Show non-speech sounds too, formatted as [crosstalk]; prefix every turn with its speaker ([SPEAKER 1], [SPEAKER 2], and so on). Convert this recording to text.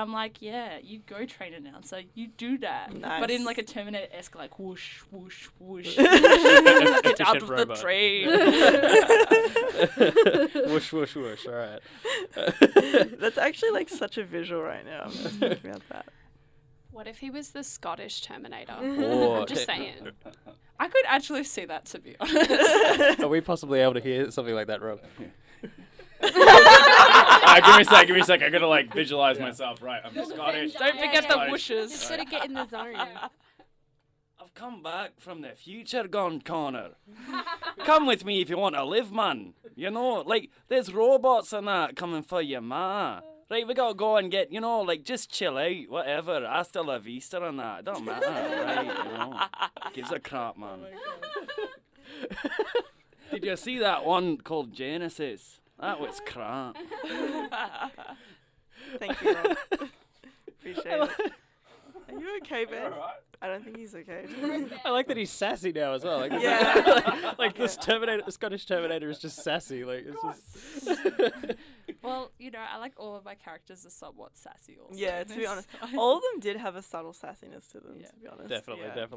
[SPEAKER 1] I'm like, yeah, you go train announcer, you do that. But in like a Terminator esque, like whoosh, whoosh,
[SPEAKER 2] [laughs]
[SPEAKER 1] whoosh,
[SPEAKER 3] [laughs]
[SPEAKER 4] Efficient
[SPEAKER 1] get out of the
[SPEAKER 4] robot.
[SPEAKER 1] tree.
[SPEAKER 4] [laughs] whoosh, whoosh, whoosh. All right.
[SPEAKER 2] [laughs] That's actually
[SPEAKER 1] [laughs]
[SPEAKER 2] like such a visual right now.
[SPEAKER 4] [laughs]
[SPEAKER 2] I'm just thinking about that.
[SPEAKER 5] What if he was the Scottish
[SPEAKER 6] [laughs]
[SPEAKER 5] Terminator?
[SPEAKER 4] Or-
[SPEAKER 5] I'm
[SPEAKER 4] [laughs]
[SPEAKER 5] just saying.
[SPEAKER 1] I could actually see that, to be honest.
[SPEAKER 4] Are we possibly able to hear something like that,
[SPEAKER 3] [laughs]
[SPEAKER 4] Rob?
[SPEAKER 3] Uh, give me a sec. Give me a sec. I gotta like visualize myself. Right. I'm Scottish.
[SPEAKER 1] [laughs] Don't
[SPEAKER 5] Yeah,
[SPEAKER 1] forget the
[SPEAKER 3] yeah.
[SPEAKER 1] whooshes.
[SPEAKER 6] Just gotta get in the zone.
[SPEAKER 5] [laughs]
[SPEAKER 3] I've come back from the future gone corner. [laughs] come with me if you want to live, man. You know, like there's robots and that coming for you, ma. Right, we gotta go and get, you know, like just chill out, whatever. Hasta la vista and that. It don't matter, right? You know, gives a crap, man. [laughs] Did you see that one called Genesis? That was crap.
[SPEAKER 1] [laughs]
[SPEAKER 2] Thank you, Rob. Appreciate it. Are you okay, Ben? I don't think he's okay.
[SPEAKER 4] I like that he's sassy now as well. Like, this-
[SPEAKER 2] Yeah.
[SPEAKER 4] [laughs]
[SPEAKER 3] [laughs]
[SPEAKER 4] like this Terminator, the Scottish Terminator is just sassy. Like it's just.
[SPEAKER 3] [laughs]
[SPEAKER 1] Well, you know, I like all of my characters are somewhat sassy. Also. [laughs]
[SPEAKER 2] Yeah, to be honest,
[SPEAKER 1] I-
[SPEAKER 2] all of them did have a subtle sassiness to them.
[SPEAKER 1] Yeah.
[SPEAKER 2] To be
[SPEAKER 4] [laughs]
[SPEAKER 2] honest,
[SPEAKER 4] definitely,
[SPEAKER 2] Yeah.
[SPEAKER 4] definitely.